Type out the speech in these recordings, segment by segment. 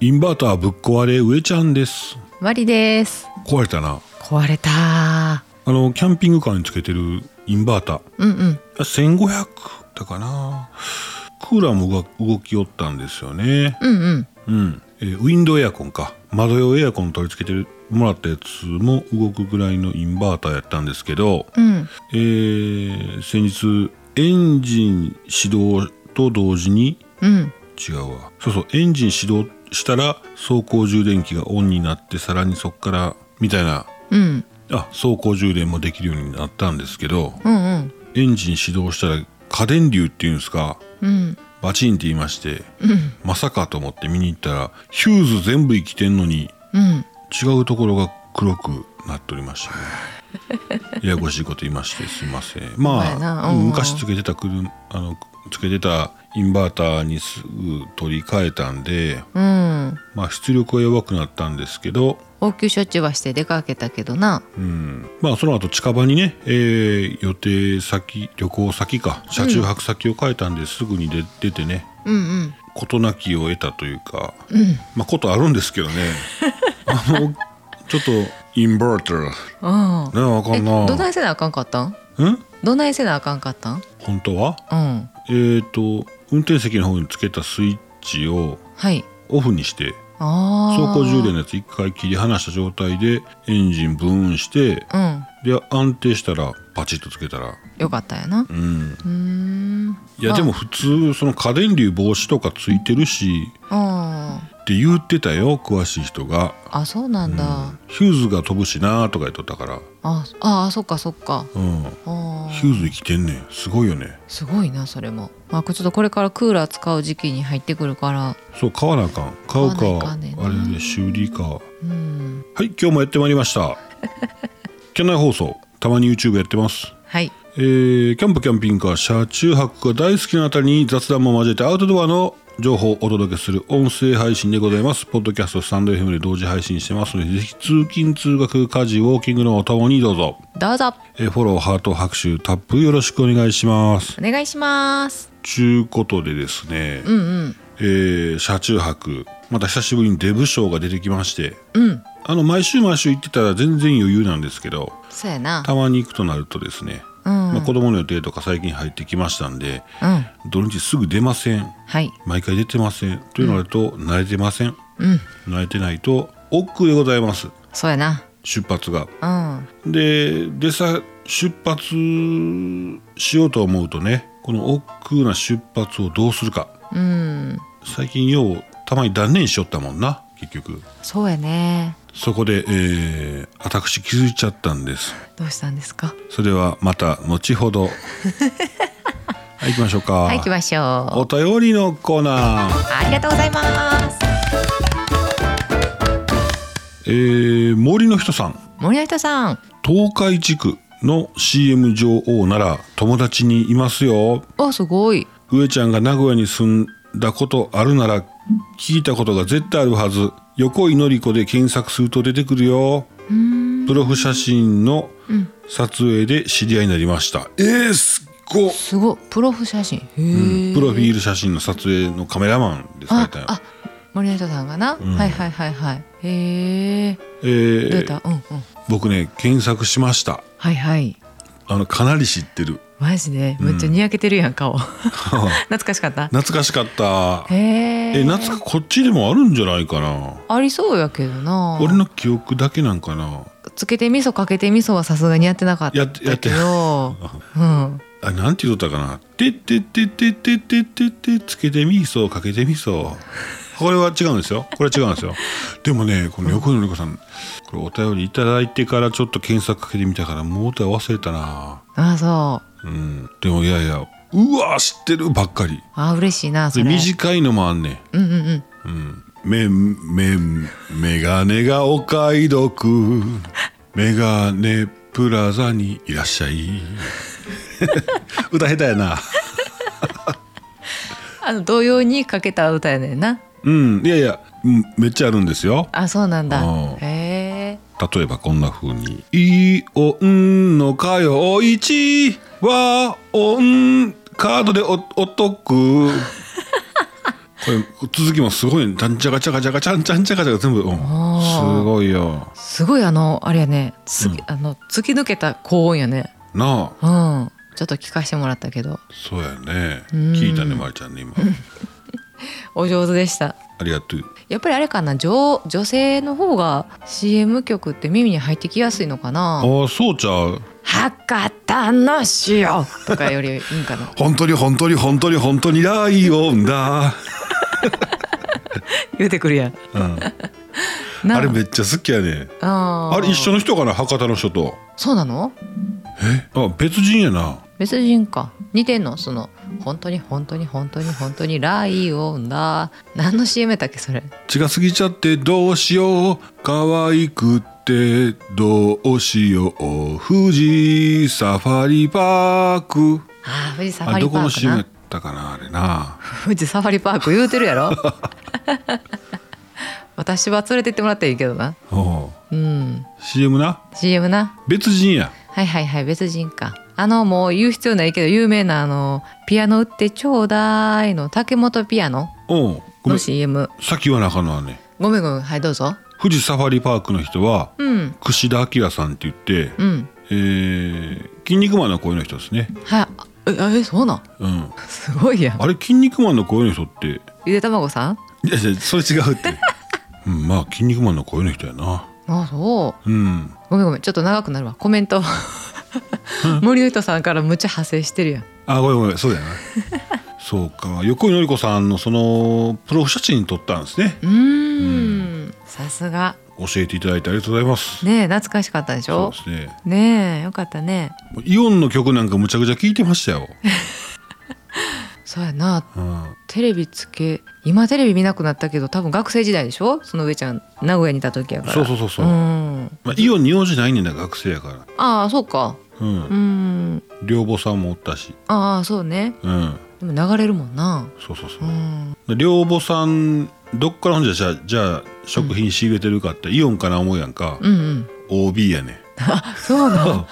インバーターぶっ壊れ上ちゃんですマリです壊れたな壊れたあのキャンピングカーにつけてるインバーターうんうん1500だかなクーラーも動動きよったんですよねうんうんうん、えーウィンドウエアコンか窓用エアコン取り付けてもらったやつも動くぐらいのインバーターやったんですけど、うんえー先日エンジン始動と同時にうん違うわそうそうエンジン始動したら走行充電器がオンになってさらにそっからみたいなうんあ走行充電もできるようになったんですけどうんうんエンジン始動したら過電流っていうんですかうんバチンって言いまして、まさかと思って見に行ったらヒューズ全部生きてんのにうん違うところが黒くなっておりました ねややこしいこと言いましてすいませんほんまやまなあうんうん昔つけてた車あのつけてたインバーターにすぐ取り替えたんで、うんまあ、出力は弱くなったんですけど応急処置はして出かけたけどなうんまあその後近場にね、えー予定先旅行先か車中泊先を変えたんですぐに出出てねうんうん事なきを得たというか、まあことあるんです けどねあのちょっとインバーターねうんあかえんなどないせなあかんかったんうんどないせなあかんかったん本当はうんえっ、と運転席の方につけたスイッチをはいオフにしてああ走行充電のやつ一回切り離した状態でエンジンブーンしてうんで安定したらパチッとつけたらよかったんやなうんうーんいやあでも普通その家電流防止とかついてるしあって言ってたよ詳しい人が、ーあそうなんだ、ヒューズが飛ぶしなーとか言っとったから、あああそっかそっかうん、あーヒューズ生きてんねんすごいよねすごいなそれも、まあ、これちょっとこれからクーラー使う時期に入ってくるからそう買わなあかん買うか買わなあかんねんなあれで修理かうんはい、今日もやってまいりま した。県内放送、たまに YouTube やってます。はいえーキャンプキャンピングカー、車中泊が大好きなあたりに雑談も交えてアウトドアの情報をお届けする音声配信でございます。ポッドキャスト、スタンド FM で同時配信してますので、ぜひ通勤、通学、家事、ウォーキングのおともにどうぞ。どうぞえーフォロー、ハート、拍手、タップよろしくお願いします。お願いしますちゅうことでですね、うんうんえー車中泊、また久しぶりにデブショーが出てきまして、うんあの、毎週毎週行ってたら全然余裕なんですけど、そうやなたまに行くとなるとですね、うんまあ、子供の予定とか最近入ってきましたんでうん土日すぐ出ませんはい毎回出てませんというのだと慣れてません、うん慣れてないと億劫でございますそうやな出発がうんででさ出発しようと思うとねこの億劫な出発をどうするかうん最近ようたまに断念しよったもんな結局そうやねそこで、えー、私気づいちゃったんですどうしたんですかそれはまた後ほ どはい行きましょうかはい行きましょうお便りのコーナー、ありがとうございますえー、森の人さん森の人さん東海地区の CM 女王なら友達にいますよあすごい上ちゃんが名古屋に住んだことあるなら聞いたことが絶対あるはず横井紀子で検索すると出てくるよプロフ写真の撮影で知り合いになりました、えー、すっごすごいプロフ写真へえ、プロフィール写真の撮影のカメラマンでされあたよあ森の人さんがな、はいはいはいはいへええどうやーった、うんうん僕ね検索しましたはいはいあのかなり知ってるマジでめっちゃにやけてるや ん顔懐かしかった懐かしかったへええ夏かこっちでもあるんじゃないかなありそうやけどな俺の記憶だけなんかなつけて味噌かけて味噌はさすがにやってなかったやってやってけどうんあなんて言うとったかな「てってってってってってってってつけてみそかけてみそ」これは違うんですよこれは違うんですよでもねこの横井のりこさんこれお便りいただいてからちょっと検索かけてみたからもうお便り忘れたなあそううんでもいやいやうわ知ってるばっかりあ嬉しいなそでれ短いのもあんねんうんうんうんめめメガネがお買い得メガネプラザにいらっしゃい 歌下手やなあの同様にかけた歌やねんなうんいやいやうんめっちゃあるんですよあそうなんだうんへえ例えばこんな風に「イオンの通いちはオンカードでおお得」これ続きもすごいねじゃんちゃがちゃがちゃがちゃんちゃんちゃがちゃが全部、うん、ーすごいよすごいあのあれやねつ、うんあの突き抜けた高音やねなあうんちょっと聞かしてもらったけどそうやねうん聞いたねまりちゃんね今お上手でしたありがとうやっぱりあれかな女女性の方が CM 曲って耳に入ってきやすいのかなああそうちゃう「博多の塩」とかよりいいんかな本当に本当に本当に本当にライオンだ、 言うてくるやんうん、なあれめっちゃ好きやねあーあれ一緒の人かな博多の人とそうなのえあ別人やな別人か似てんのその本当に本当に本当に本当にライオンだ何の CM だっけそれ血が過ぎちゃってどうしよう可愛くってどうしよう富士サファリパークああ富士サフあァれリどパこのーク CM やっなたかなあれ な富士サファリパーク言うてる やろ私は連れてってもらったらいいけどなおううん CM な CM な別人やはいはいはい別人かあのもう言う必要ないけど有名なあの「ピアノ売ってちょうだい」の竹本ピアノおうごめのん CM さっき言わなあかんのはねごめんごめんはいどうぞ富士サファリパークの人はうん櫛田明さんって言って、うんえー、筋肉マンの声の人ですねはいあええそうなん うんすごいやんあれ筋肉マンの声の人ってゆで卵さんいやいやそれ違うって うんまあ筋肉マンの声の人やなあそううんごめんごめんちょっと長くなるわコメント森内さんからむちゃ派生してるやんあごめんごめんそうだよな そうか横井のり子さんのそのプロフ写真撮ったんですねうーんさすが教えていただいてありがとうございますねえ懐かしかったでしそうょですねねえよかったねイオンの曲なんかむちゃくちゃ聞いてましたよ、そうやなうん、テレビつけ今テレビ見なくなったけど多分学生時代でしょその上ちゃん名古屋にいた時やからそうそうそうそうんまあ、イオンに用事ないねんだ学生やかああそうからうんうん寮母さんもおったしああそうねうんでも流れるもんなそうそうそうう、ん寮母さんどっからほんじゃじゃあじゃあ食品仕入れてるかって、イオンかな思うやんか、うんうん OB やねそうなの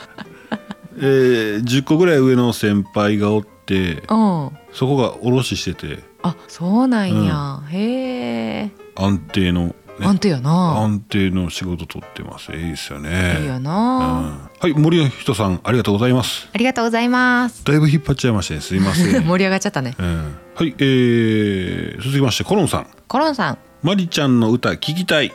えー、10個ぐらい上の先輩がおって うんそこが卸しててあそうなんや、へえ、安定の、ね、安定やな安定の仕事取ってますいいですよいいねようん、な、はい森人さんありがとうございますありがとうございます。だいぶ引っ張っちゃいましたねすいません、 盛り上がっちゃったね。うん、はいえー、続きましてコロンさんコロンさん、マリちゃんの歌聞き たい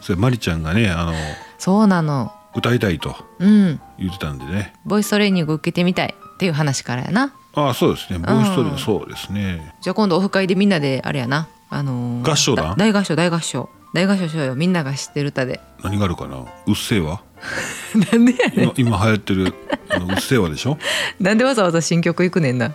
それマリちゃんがねあのそうなの。歌いたいとうん、言ってたんでねボイストレーニング受けてみたいっていう話からやな。ああそうですねボイストレーニンうんグそうですねじゃあ今度オフ会でみんなであれやな。あのー合唱団だ大合唱大合唱大合唱しようよみんなが知ってる歌で。何があるかなうっせぇわなんでや ねん。今今流行ってるあのうっせぇわでしょ、なんでわざわざ新曲行くねんな。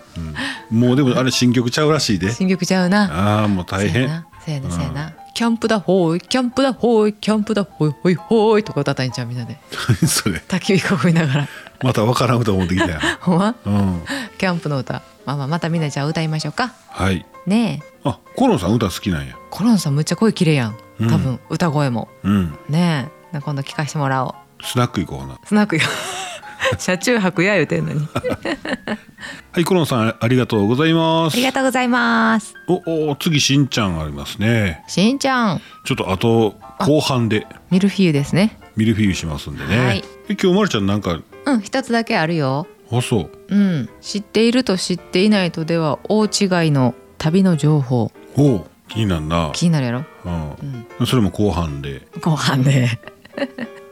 うん、もうでもあれ新曲ちゃうらしいで新曲ちゃうな。ああもう大変そうやな。そうやな。そうやなキャンプだほーいキャンプだほーいキャンプだほいほいほーいとか歌ったんちゃうみん なで何それ焚き火囲みながらまたわからん歌思ってきたやん、ほんまうん、キャンプの歌まあまあまたみんなじゃあ歌いましょうかはいねえあコロンさん歌好きなんやコロンさんむっちゃ声綺麗やんうん多分、歌声もうんねえ今度聞かしてもらおうスナック行こうなスナックよ 車中泊や言うてんのにあはいコロンさんありがとうございますりがとうございますおお次しんちゃんありますねしんちゃんちょっとあと後半でミルフィーユですねミルフィーユしますんでね、はいえ今日まるちゃんなんかうん一つだけあるよあそううん知っていると知っていないとでは大違いの旅の情報おう気になるな、気になるやろうんそれも後半で後半で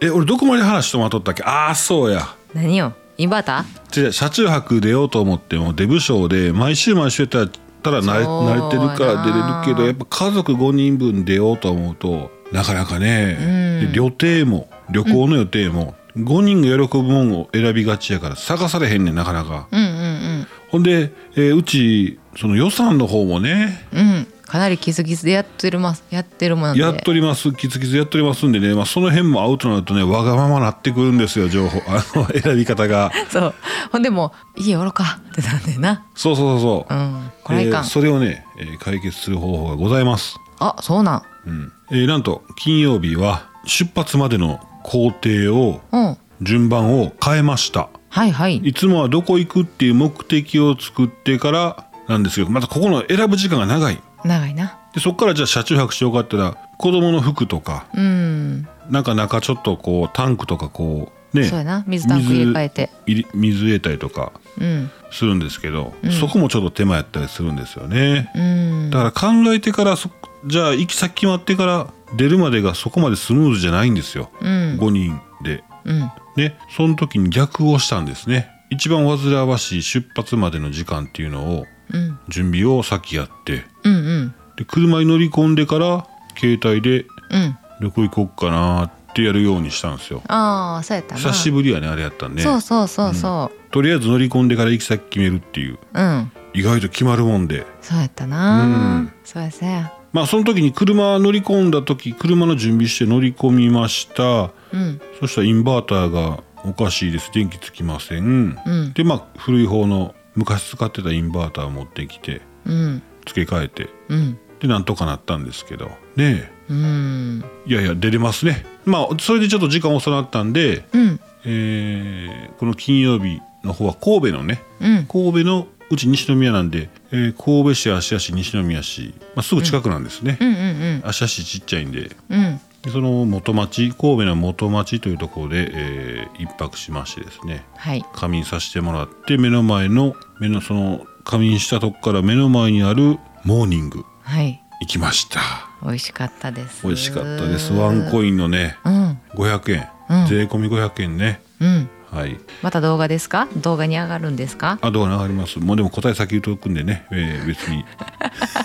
え俺どこまで話とまとったっけああそうや何よインバータ違う車中泊出ようと思ってもデブ賞で毎週毎週やったらただ慣れそうやな慣れてるから出れるけどやっぱ家族5人分出ようと思うとなかなかね、うでん旅程も旅行の予定も、5人が喜ぶもんを選びがちやから探されへんねんなかなかうんうんほんで、えーうちその予算の方もねうんうんかなりキスキスでやってるますやってるもんなんでやっとりますキツキツやっとりますんでね、まあ、その辺もアウトになるとねわがままなってくるんですよ情報あの 選び方がそうほんでもういいよおろかってなんでなそうそうそうそうう、んこれはいかえーん、それをね、えー解決する方法がございます、あそうなんうんえーなんと金曜日は出発までの工程をうん順番を変えましたはいはいいつもはどこ行くっていう目的を作ってからなんですけどまたここの選ぶ時間が長い長いなでそっからじゃあ車中泊しようかって言ったら子供の服とかうんなかなかちょっとこうタンクとかこうねそうやな水タンク入れ替えて入れ水入れたりとかうんするんですけど、うんそこもちょっと手間やったりするんですよね、うんだから考えてからそじゃあ行き先決まってから出るまでがそこまでスムーズじゃないんですよ、うん5人でうんねその時に逆をしたんですね一番煩わしい出発までの時間っていうのをうん準備を先やってうんうんで車に乗り込んでから携帯でうん旅行行こうかなってやるようにしたんですよああそうやったな久しぶりやねあれやったんで、そうそうそうそとりあえず乗り込んでから行き先決めるっていうううん意外と決まるもんでそうやったうなんそうやそうやまあその時に車乗り込んだ時車の準備して乗り込みましたうんそしたらインバーターがおかしいです電気つきません、うんでまあ古い方の昔使ってたインバーターを持ってきてうん付け替えてうんでなんとかなったんですけどねうんえいやいや出れますねまあそれでちょっと時間遅なったんで、うんえーこの金曜日の方は神戸のねうん神戸のうち西宮なんで、えー神戸市芦屋市西宮市、まあ、すぐ近くなんですね、うんうん芦屋市ちっちゃいんでうんうんでその元町神戸の元町というところで、えー一泊しましてですねはい仮眠させてもらって目の前の目のその仮眠したとこから目の前にあるモーニングはい行きました美味しかったです美味しかったですワンコインのねうん500円、うん税込み500円ねうんはいまた動画ですか動画に上がるんですかあどうなありますもうでも答え先言うとくんでね、えー別に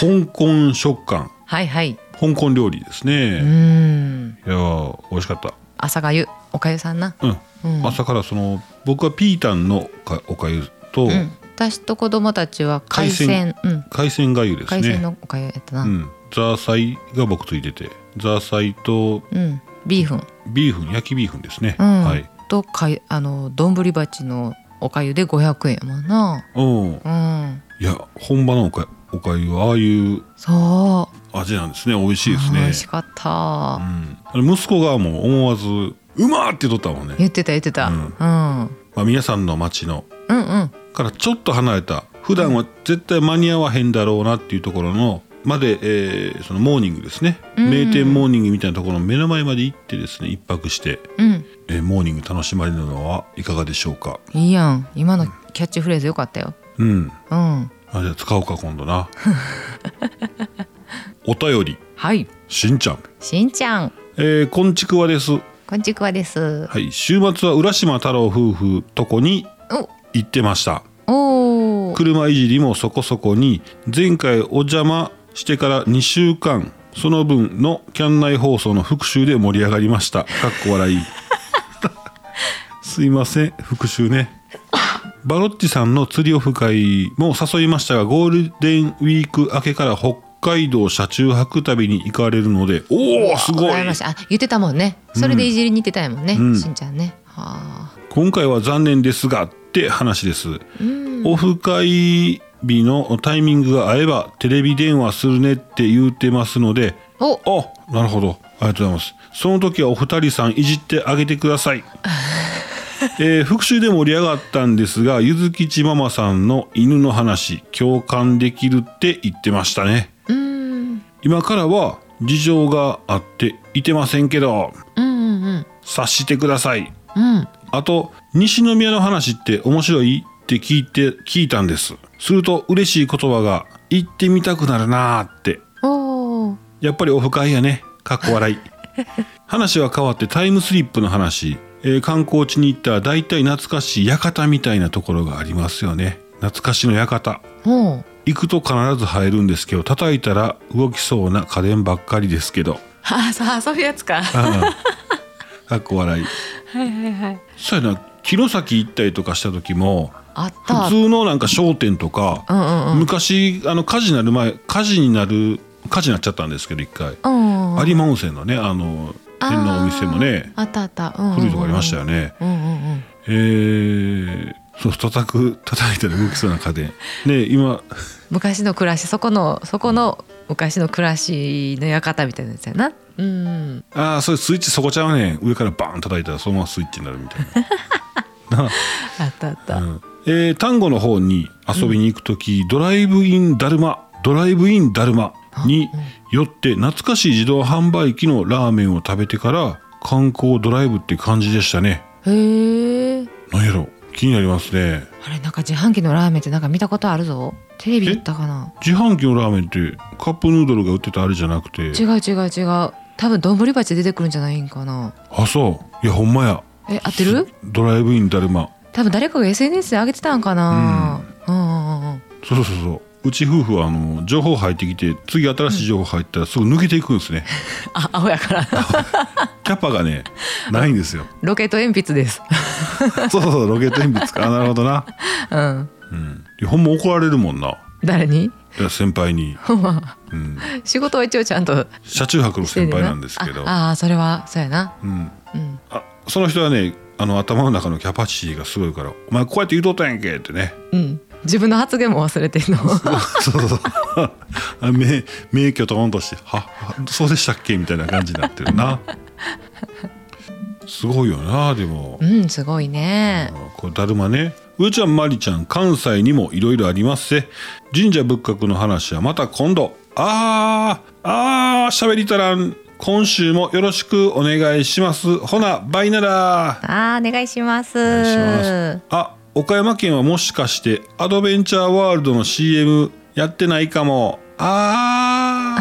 香港食感はいはい香港料理ですうね、んいやー美味しかった朝がゆおかゆさんなうん、うん朝からその僕はピータンのかおかゆと、うん私と子供たちは海鮮うん海鮮がゆです海鮮ねのおかゆやったう、なんザーサイが僕ついててザーサイとうんビーフンビーフン焼きビーフンですね、うんはいとかいあの丼鉢のおかゆで500円やもんなうんうんいや本場のおかおかゆはああいうそう味なんですね美味しいですあー美ね味しかった、うんあれ息子がもう思わず「うま!」って言っとったもんね、言ってた言ってた、ううんんうん、まあ、皆さんの町のうんうんからちょっと離れた普段は絶対間に合わへんだろうなっていうところのまで、えーそのモーニングですね、うん名店モーニングみたいなところの目の前まで行ってですね一泊して、えーモーニング楽しまれるのはいかがでしょうかいいやん今のキャッチフレーズよかったようんうんあじゃあ使おうか今度 なお便りはいしんちゃんしんちゃんえー、こんちくわです、はこんちくわですい、週末は浦島太郎夫婦とこに行ってましたおおー車いじりもそこそこに前回お邪魔してから2週間その分のキャン内放送の復習で盛り上がりましたかっこ笑いすいません復習ねバロッティさんの釣りオフ会も誘いましたがゴールデンウィーク明けから北海道車中泊旅に行かれるのでおおすごいわかりましたあ言ってたもんねそれでいじりに行ってたやもんね、うんしんちゃんねはあ今回は残念ですがって話です、オフ会日のタイミングが合えばテレビ電話するねって言うてますのでおあなるほどありがとうございますその時はお二人さんいじってあげてくださいえー復習で盛り上がったんですがゆずきちママさんの犬の話共感できるって言ってましたねうん今からは事情があっていてませんけどうんうんうん察してくださいうんあと西宮の話って面白いって聞いて聞いたんですすると嬉しい言葉が行ってみたくなるなーっておおやっぱりオフ会やねかっこ笑い 話は変わってタイムスリップの話、えー観光地に行ったら大体懐かしい館みたいなところがありますよね懐かしの館おう行くと必ず入るんですけど叩いたら動きそうな家電ばっかりですけどあさあそういうやつかはあーかっこ笑いいはいはいそうやな城崎行ったりとかした時もあった普通のなんか商店とか、うんうんうん昔あの火事になる前火事になる火事になっちゃったんですけど一回、うん有馬温泉のねあの変なお店もねあーあったあった、うんうんうん、古いとこありましたよね、うんうんうんえー、そう叩く叩いたら動きそうな家電ね今昔の暮らしそこのそこの昔の暮らしの館みたいなやつやなうんああそれスイッチそこちゃうね上からバーン叩いたらそのままスイッチになるみたいななああったあった、うんえー、丹後の方に遊びに行く時、ドライブインだるまドライブインだるまによって懐かしい自動販売機のラーメンを食べてから観光ドライブっていう感じでしたねへえ何やろ気になりますねあれなんか自販機のラーメンってなんか見たことあるぞテレビ行ったかな自販機のラーメンってカップヌードルが売ってたあれじゃなくて違う違う違う多分どんぶり鉢出てくるんじゃないんかなあそういやほんまやえ合ってるドライブインだるま多分誰かが SNS で上げてたんかな、うん、うんうんうんそうそうそううち夫婦はあの情報入ってきて次新しい情報入ったらすぐ抜けていくんです ね、あ青やからキャパがねないんですよロケット鉛筆ですそうそうそうロケット鉛筆かあなるほどな、うんうん、いやほんま怒られるもんな誰にいや先輩に、ほんまうん、仕事は一応ちゃんと車中泊のしてる先な輩なんですけどああーそれはそうやなうん、うんあその人はねあの頭の中のキャパシティがすごいから「お前こうやって言うとったやんけ」って ねうん自分の発言も忘れてんのそうそうそうあ目目きょとんとして「ははそうでしたっけ?」みたいな感じになってるなすごいよなでもうんすごいねこれだるまね上ちゃんまりちゃん関西にもいろいろありますせ神社仏閣の話はまた今度あーあー喋りたらん今週もよろしくお願いしますほなバイならあーお願いしますお願いしますあ岡山県はもしかしてアドベンチャーワールドの CM やってないかもあ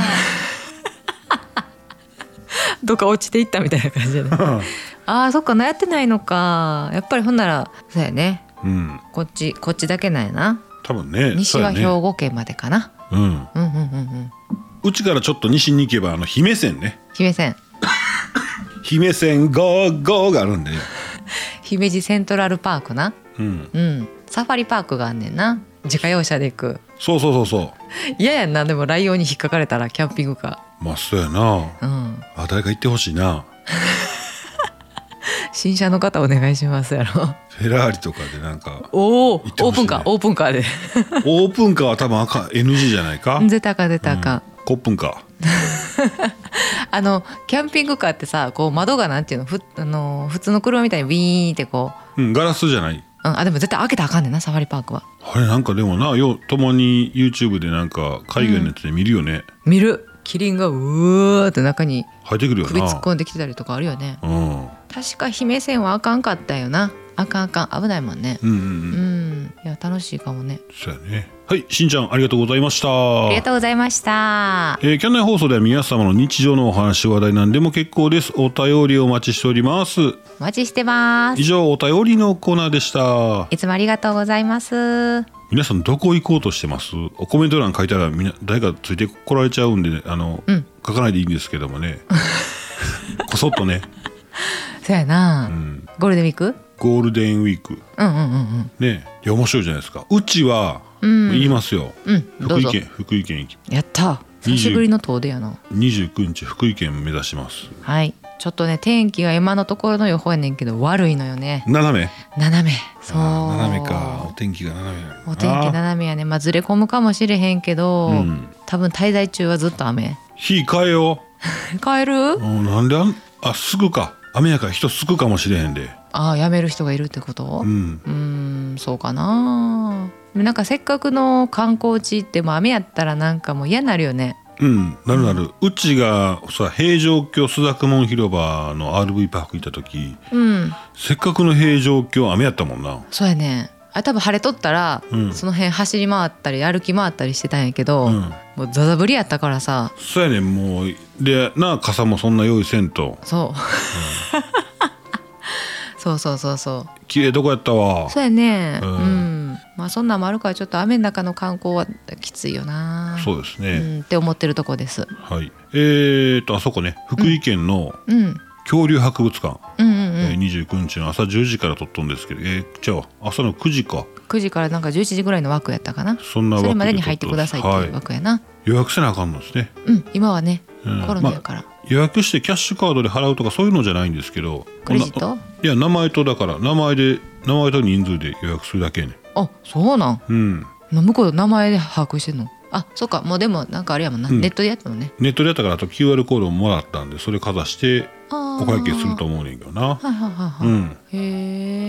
どっか落ちていったみたいな感じでーあーそっかなやってないのかやっぱりほんならそうやねうんこっちこっちだけなんやな多分ね西はそう兵やね庫県までかなうんう,、んうんうんうんうちからちょっと西に行けばあの姫線ね姫線姫線ゴーゴーがあるんで、姫路セントラルパークなうん、うんサファリパークがあんねんな自家用車で行くそうそうそうそう嫌やんなでもライオンに引っかかれたらキャンピングカまあそうやなーうんあ誰か行ってほしいな新車の方お願いしますやろフェラーリとかでなんか おお、行ってオほーしいねプンカーオープンカーでオープンカーは多分赤 NG じゃないか出たか出たか、コップンカあのキャンピングカーってさこう窓がなんていうのふあの普通の車みたいにウィーンってこーうんガラスじゃないうん、あでも絶対開けたらあかんねんなサファリパークはあれなんかでもなよう共に YouTube でなんか海外のやつで見るよね、見るキリンがうーって中に入ってくるよ首突っな込んできてたりとかあるよねうん確か姫線はあかんかったよなあかんあかん危ないもんねうんうんううんんいや楽しいかもねそうやねはいしんちゃんありがとうございましたありがとうございましたえー、キャンナイ放送では皆様の日常のお話話題なんでも結構ですお便りをお待ちしておりますお待ちしてま以す上お便りのコーナーでしたいつもありがとうございます皆さんどこ行こうとしてますおコメント欄書いたらみんな誰かついてこられちゃうんで、ね、あの、うん書かないでいいんですけども ねこそっとね、そやな、うん、ゴールデンウィークゴールデンウィークうんうんうんねいや面白いじゃないですかうちは、うん言いますようんうん福どう井ぞ県福井県行きやった久しぶりの遠出やな29日福井県目指しますはいちょっとね天気が今のところの予報やねんけど悪いのよね斜め斜めそうあー斜めかお天気が斜めだなお天気斜めやねまあずれ込むかもしれへんけど、うん多分滞在中はずっ と雨火変えよ帰るう、うん、なんであんあすぐか雨やから人すくかもしれへんでああやめる人がいるってことうんうーんそうかななんかせっかくの観光地行っても雨やったらなんかもう嫌になるよねうん、なるなる、うちがさ平城京朱雀門広場の RV パーク行った時うんせっかくの平城京雨やったもんなそうやねあれ多分晴れとったら、うんその辺走り回ったり歩き回ったりしてたんやけど、うんもうザザぶりやったからさそうやねんもうでな傘もそんな用意せんとそう、 そうそうそうそう綺麗どこやったわそうやね。ううんん。まあそんなんもあるからちょっと雨の中の観光はきついよな。そうですうね、んって思ってるとこです。はいえー、とあそこね福井県のうん。うん恐竜博物館、うんえうん。ー29日の朝10時から撮っとんですけどえー、じゃあ朝の9時か9時からなんか11時ぐらいの枠やったかな。そんなそ枠れまででに撮入っっとてんくだですさいっていうは枠やな。い、予約せなあかんのですね、うん。今はね、うんコロナやから。予約してキャッシュカードで払うとかそういうのじゃないんですけどクレジットいや名前とだから名前で名前と人数で予約するだけねあ、そうなん。うん向こう名前で把握してんの。あ、そうか。もうでもなんかあれやもんな。うんネットでやったもんね。ネットでやったからあと QR コードももらったんでそれかざしてあーお会計すると。思うねんけどなはいはいはういはい。んへ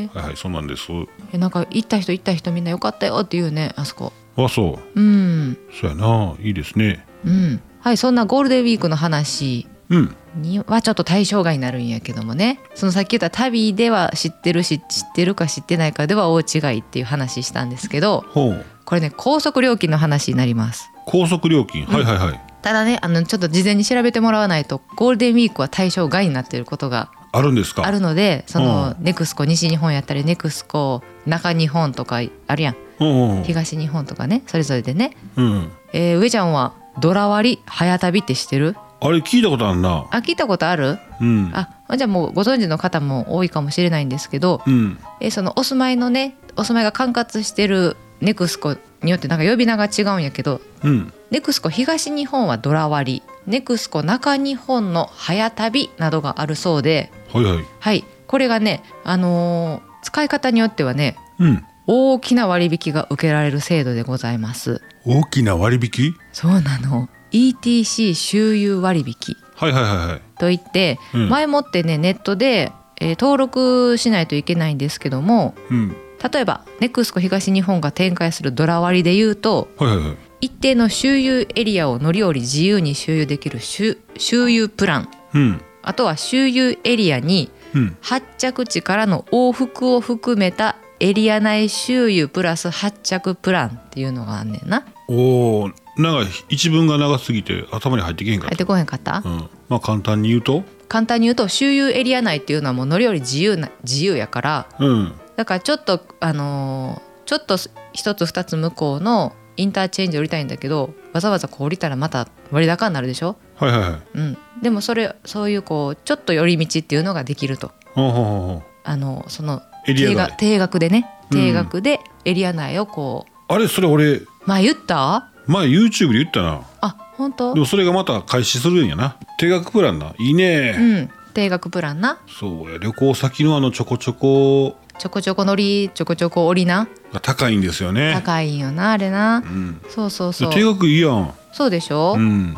えはいはいそうなんですえなんか行った人行った人みんなよかったよって言うねあそこあそううんそうやないいですねうんはいそんなゴールデンウィークの話うんにはちょっと対象外になるんやけどもねそのさっき言った旅では知ってるし知ってるか知ってないかでは大違いっていう話したんですけどほうこれね高速料金の話になります高速料金、はいはいはいただねあのちょっと事前に調べてもらわないとゴールデンウィークは対象外になっていることがあるんですかあるのでそのうネクスコ西日本やったりネクスコ中日本とかあるやんうんうん東日本とかねそれぞれでね、うんえー上ちゃんはドラ割り早旅って知ってるあれ聞いたことあるなあ聞いたことあるうんあじゃあもうご存知の方も多いかもしれないんですけど、うんえーそのお住まいのねお住まいが管轄してるネクスコによってなんか呼び名が違うんやけどうんネクスコ東日本はドラ割りネクスコ中日本の早旅などがあるそうではいはいはいこれがね、あのー使い方によってはねうん大きな割引が受けられる制度でございます大きな割引そうなの ETC 周遊割引はいはいはいはいといって、うん前もってねネットで、えー登録しないといけないんですけどもうん例えばネクスコ東日本が展開するドラ割りで言うとはいはいはい一定の周遊エリアを乗り降り自由に周遊できる周周遊プランうんあとは周遊エリアにうん発着地からの往復を含めたエリア内周遊プラス発着プランっていうのがあんねんなおーなんか一文が長すぎて頭に入ってけへんかっ、入ったてこへんかった、うん、まあ簡単に言うと簡単に言うと周遊エリア内っていうのはもう乗り降り自由な自由やからうんだからちょっとあのーちょっと一つ二つ向こうのインターチェンジ降りたいんだけどわざわざこう降りたらまた割高になるでしょはいはいはいうん、でもそれそういうこうちょっと寄り道っていうのができるとほうほうほうほうあのそのエリア外定額定額でねうん定額でエリア内をこう、あれそれ俺まあ言った前 YouTube で言ったなあ本当でもそれがまた開始するんやな定額プランないいね、うん定額プランなそうや旅行先のあのちょこちょこちょこちょこ乗りちょこちょこ降りなが高いんですよね高いんよなあれな、うん、そうそうでそう定額いいやん、そうでしょ、ううんん、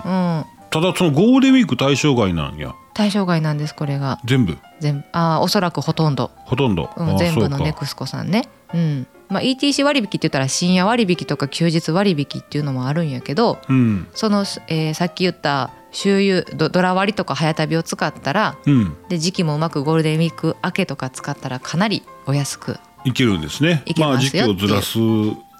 ただそのゴールデンウィーク対象外なんや対象外なんですこれが全部全部あーおそらくほとんど、ほとんど、うん、あ全部のそうネかクスコさんねうんまあ ETC 割引って言ったら深夜割引とか休日割引っていうのもあるんやけどうんその、えーさっき言った周遊ドドラ割りとか早旅を使ったらうんで時期もうまくゴールデンウィーク明けとか使ったらかなりお安くいけるんですねいけますよ時期をずらす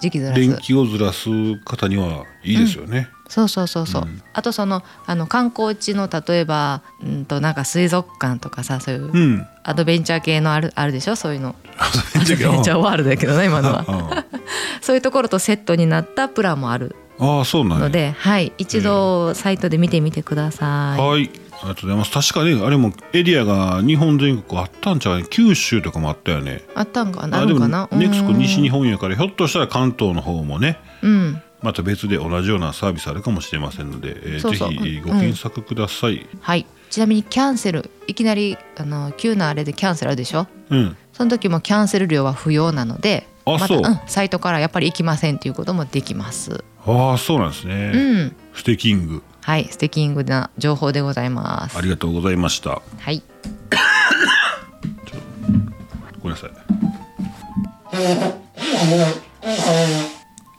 時期ずらす連休をずらす方にはいいですよね、そうそうそうそう、あとそのあの観光地の例えばうんとなんか水族館とかさそういううん、アドベンチャー系のあるあるでしょそういうのあアそうドベンチ いう時ャーはワールドやけどね今のはうんそういうところとセットになったプランもあるああそうなんやので、はい、一度サイトで見てみてください、はい、ありがとうございます。確かね、あれもエリアが日本全国あったんちゃうかね、九州とかもあったよね。あったんかなあでるんもかなネクスコ西日本本やから、ひょっとしたら関東の方もね、うんまた別で同じようなサービスあるかもしれませんので、えーそうそうぜひえーうんご検索ください。はいちなみにキャンセルいきなりあの急なあれでキャンセルあるでしょうん、その時もキャンセル料は不要なのであまたそうんサイトからやっぱり行きませんっていうこともできますああそうなんですね。うんステキングはいステキングな情報でございますありがとうございました。はいごめんなさい。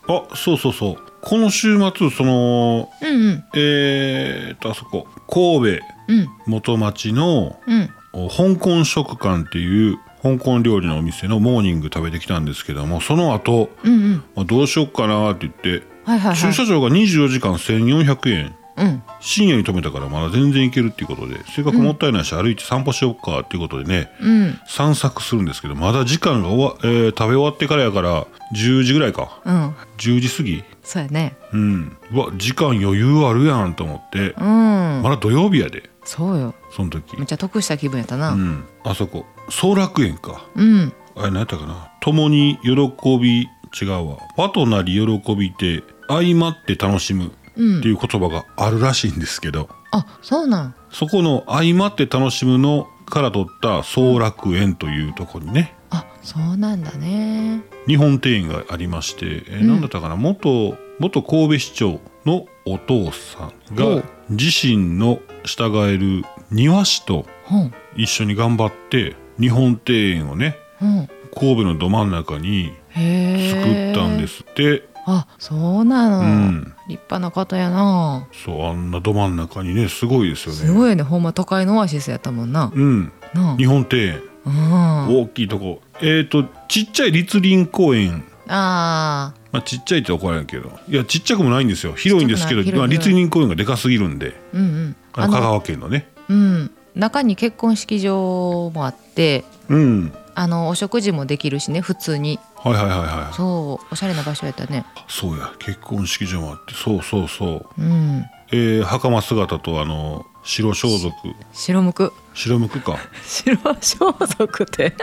あそうそうそう。この週末そのうんうんえー、っとあそこ神戸うん元町のうんお香港食館っていう香港料理のお店のモーニング食べてきたんですけどもその後、うんうんまあどうしよっかなって言って、はいはいは駐い車場が24時間1400円うん深夜に止めたからまだ全然行けるっていうことでせっかくもったいないし歩いて散歩しよっかっていうことでね、うん散策するんですけどまだ時間が終わ、えー食べ終わってからやから10時ぐらいかうん10時過ぎそうやねうんうわ時間余裕あるやんと思って、うんまだ土曜日やでそうよその時めっちゃ得した気分やったうなんあそこ総楽園かうんあれ何やったかな共に喜び違うわ和となり喜びて相まって楽しむってうんいう言葉があるらしいんですけど、あそうなんそこの相まって楽しむのから取った総楽園というところにねあそうなんだね日本庭園がありまして、えーん何だったかな元元神戸市長のお父さんおがう自身の従える庭師とほん一緒に頑張って日本庭園をねほん神戸のど真ん中にへえ作ったんですって、あそうなの、うん立派な方やなそうあんなど真ん中にねすごいですよねすごいねほんま都会のオアシスやったもんな、うんな日本庭園あ、うん、大きいとこえっ、とちっちゃい栗林公園あまあ、ちっちゃいって怒られるけどいやちっちゃくもないんですよ広いんですけどちっちゃくまなあ、い広立い林公園がでかすぎるんでーうんうんあの香川県のねうん中に結婚式場もあってうんあのお食事もできるしね普通にはいはいはいはいそうおしゃれな場所やったねそうや結婚式場もあってそうそうそううんえー、袴姿とあの白装束白むく白むくか白装束って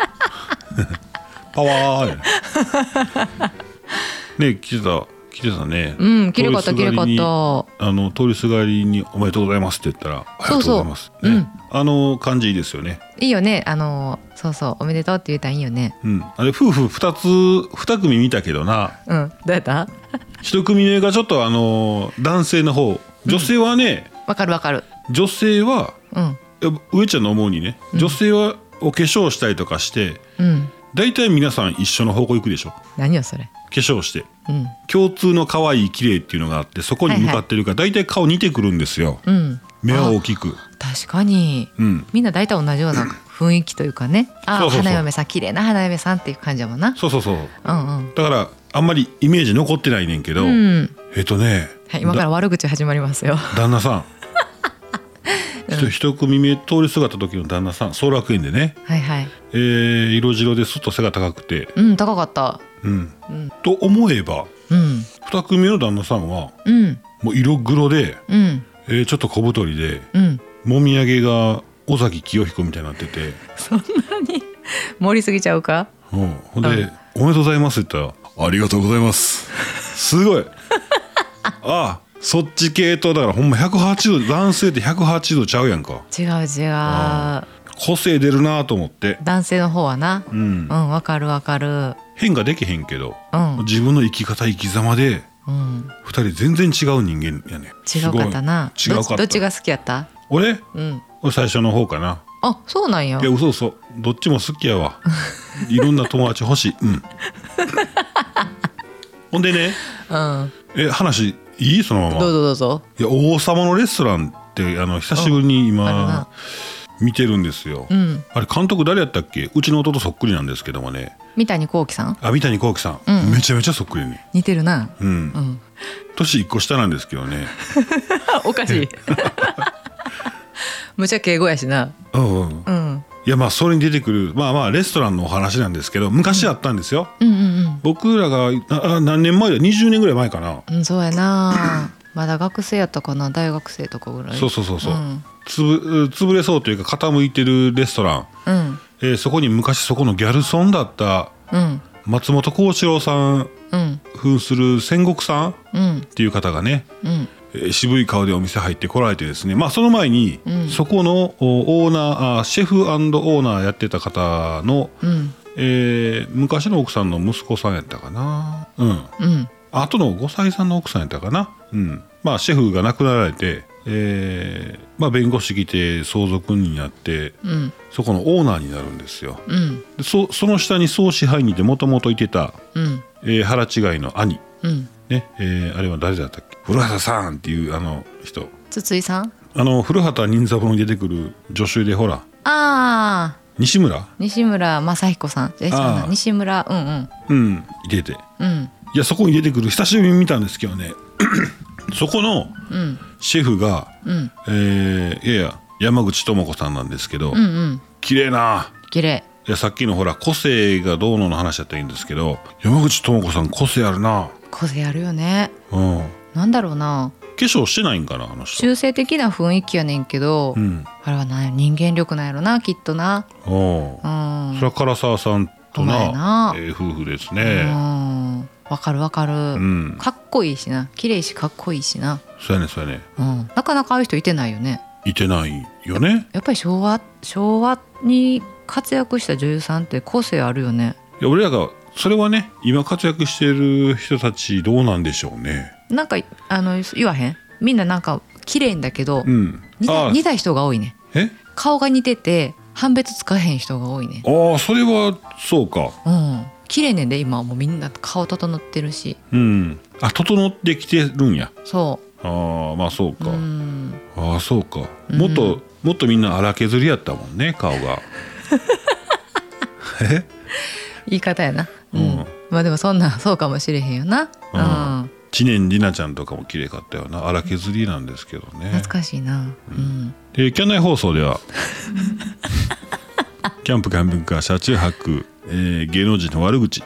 パワーやねね来てた来てたね うんきれかった通きりすがれりかっにたあの通りすがりに「おめでとうございます」って言ったら「ありそがとううそうございます」ねうんあの感じいいですよねいいよねあのそうそうおめでとうって言えたらいいよねうんあれ夫婦2つ2組見たけどなうんどうやった一組目がちょっとあの男性の方女性はね、わかるわかる女性はうんやっぱ上ちゃんの思うにね女性はお化粧したりとかしてうん大体皆さん一緒の方向行くでしょ何よそれ化粧してうん共通の可愛い綺麗っていうのがあってそこに向かってるから大体顔似てくるんですようん目は大きく確かにうんみんな大体同じような雰囲気というかねあそうそうそう花嫁さん綺麗な花嫁さんっていう感じやもんなそうそうそううんうんだからあんまりイメージ残ってないねんけど、うんえっとね、はい、今から悪口始まりますよ。だ旦那 さんひと一組目通りすがった時の旦那さん総楽園でねはいはい。えー色白ですっと背が高くて、うん、高かった。うんうんと思えばうん。 2組目の旦那さんはうん。もう色黒で、うん。えーちょっと小太りでうん。もみあげが尾崎清彦みたいになってて、そんなに盛りすぎちゃうか。うん、ほんで、うんおめでとうございます」って言ったら「ありがとうございます」す ごいあそっち系とだからほんま180度男性って180度ちゃうやんか違う違う。個性出るなと思って、男性の方はな。ううんん、、わかるわかる。変化できへんけどうん。自分の生き方生き様でうん。 2人全然違う人間やね違うかったな。すごい違うかったどっちどっちが好きやった。俺うん。俺最初の方かなあ、そうなんやいや。嘘嘘どっちも好きやわいろんな友達欲しい うんほんでねうん。え話いいそのままどうぞどうぞ。いや王様のレストランってあの久しぶりにある今な見てるんですよ、うん。あれ監督誰やったっけうちの弟そっくりなんですけどもね三谷幸喜さん。あ三谷幸喜さん、うんめちゃめちゃそっくりね似てるな。うん、うん。年一個下なんですけどねおかしい。 むちゃ敬語やしな。うん、うん、うん。いやまあそれに出てくるまあまあレストランのお話なんですけど昔あったんですよ、うんうんうん。僕らがなあ何年前だ20年ぐらい前かな、うん、そうやなまだ学生やったかな大学生とかぐらいそうそうそうそう、んつぶ潰れそうというか傾いてるレストラン、うんえーそこに昔そこのギャルソンだったうん松本幸四郎さんうん扮する戦国さんっうんていう方がね、うんえー渋い顔でお店入ってこられてですねまあその前に、うんそこのおオーナーあシェフオーナーやってた方の、うんえー昔の奥さんの息子さんやったかなうんうん後の5歳さんの奥さんやったかなうんまあシェフが亡くなられて、えーまあ、弁護士来て相続人になってうんそこのオーナーになるんですようんでそその下に総支配人でもともといてた、うんえー腹違いの兄うんねえーあれは誰だったっけ古畑さんっていうあの人筒井さんあの古畑任三郎に出てくる助手でほらああ西村西村正彦さんえそうあなー西村うんうんいててうんうんいやそこに出てくる久しぶりに見たんですけど ねそこのうんシェフが、うんえーいやいや山口智子さんなんですけど、うんうん綺麗な綺麗いやさっきのほら個性がどうのの話だったらいいんですけど山口智子さん個性あるな個性あるよねうん化なんだろうな粧してないんかなあの人中性的な雰囲気やねんけど、うんあれはな人間力なんやろなきっとなおううんそれは唐沢さんとほんまなやなええ夫婦ですうねんわかるわかる、うんかっこいいしな綺麗しかっこいいしな、そうやねそうやねうん、なかなかああいう人いてないよねいてないよねやっぱり昭和昭和に活躍した女優さんって個性あるよねいや俺らがそれはね今活躍してる人たちどうなんでしょうねなんかあの言わへんみんななんか綺麗んだけどうん似あた似た人が多いねえ顔が似てて判別つかへん人が多いねあーそれはそうかうん綺麗ねんで今はもうみんな顔整ってるしうんあ整ってきてるんやそああまあそううか、うんああそうかうんもっと、もっとみんな荒削りやったもんね顔 がえ言い方やな、うんまあでもそんなそうかもしれへんよな、ううんん知念里奈ちゃんとかも綺麗かったよな荒削りなんですけどね懐かしいな、うんでキャン内放送ではキャンプキャンプカー車中泊、えー芸能人の悪口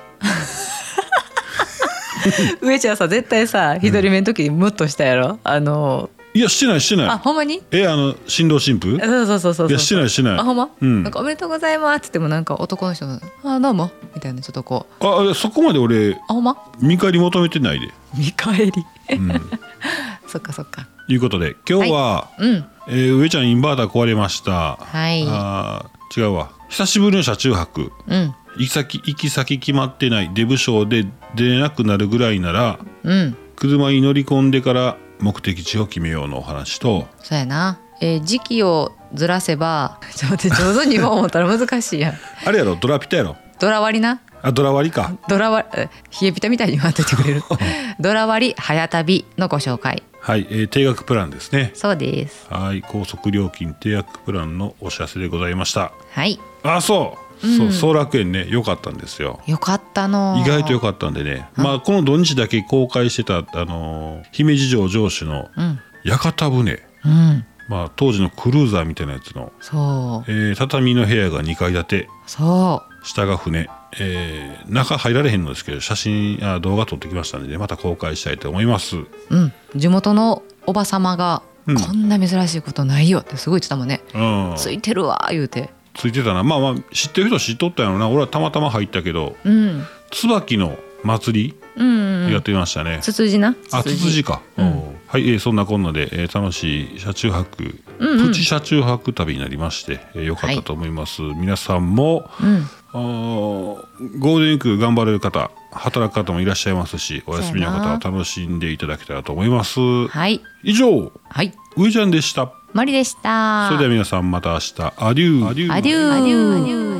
上ちゃんさ絶対さ一人目の時にムッとしたやろあのいやしてないしてあないほんまにえあの新郎新婦そうそうそうそういやしてないしてないあほんま、うんなんかおめでとうございますって言ってもなんか男の人のあどうもみたいなちょっとこうああそこまで俺あほんま見返り求めてないで、見返りうん、 そっかそっかいうことで今日は、うんえー上ちゃんインバーター壊れました、はいあー違うわ久しぶりの車中泊うん行き先行き先決まってない出不症で出れなくなるぐらいならうん車に乗り込んでから目的地を決めようのお話とそうやな、えー時期をずらせば ちょっと待って上手に言おう思ったら難しいやん あれやろドラピタやろドラ割りなあドラ割りかドラ割りえ冷えピタみたいに言わんといてくれる ドラ割り早旅のご紹介はい、えー定額プランですねそうですはい高速料金定額プランのお知らせでございましたはいあそう、そう総楽園ね良かったんですよよかったの意外と良よかったんでね、まあ、この土日だけ公開してた、あのー姫路城城主のうん屋形船、うんまあ、当時のクルーザーみたいなやつの、そえー畳の部屋が2階建てうそ下が船、えー中入られへんのですけど写真あ動画撮ってきましたんでねまた公開したいと思いますううん地元のおばさまが、うんこんな珍しいことないよってすごい言ってたもんねうんついてるわー言うてついてたなまあまあ知ってる人知っとったんやろな俺はたまたま入ったけどうん椿の祭うんうんうりやっんてみましたね、つつじなあ、つつじか。うんおうはい、えーそんなこんなで、えー楽しい車中泊、うんうんプチ車中泊旅になりまして、えー良かったと思います。皆さんも、うんあーゴールデンウィーク頑張れる方、働く方もいらっしゃいますし、お休みのそう方はやな楽しんでいただけたらと思います。はい以上、はい上ちゃんでした。マリでしたそれでは皆さんまた明日、アデュー。アデュアデューアデュー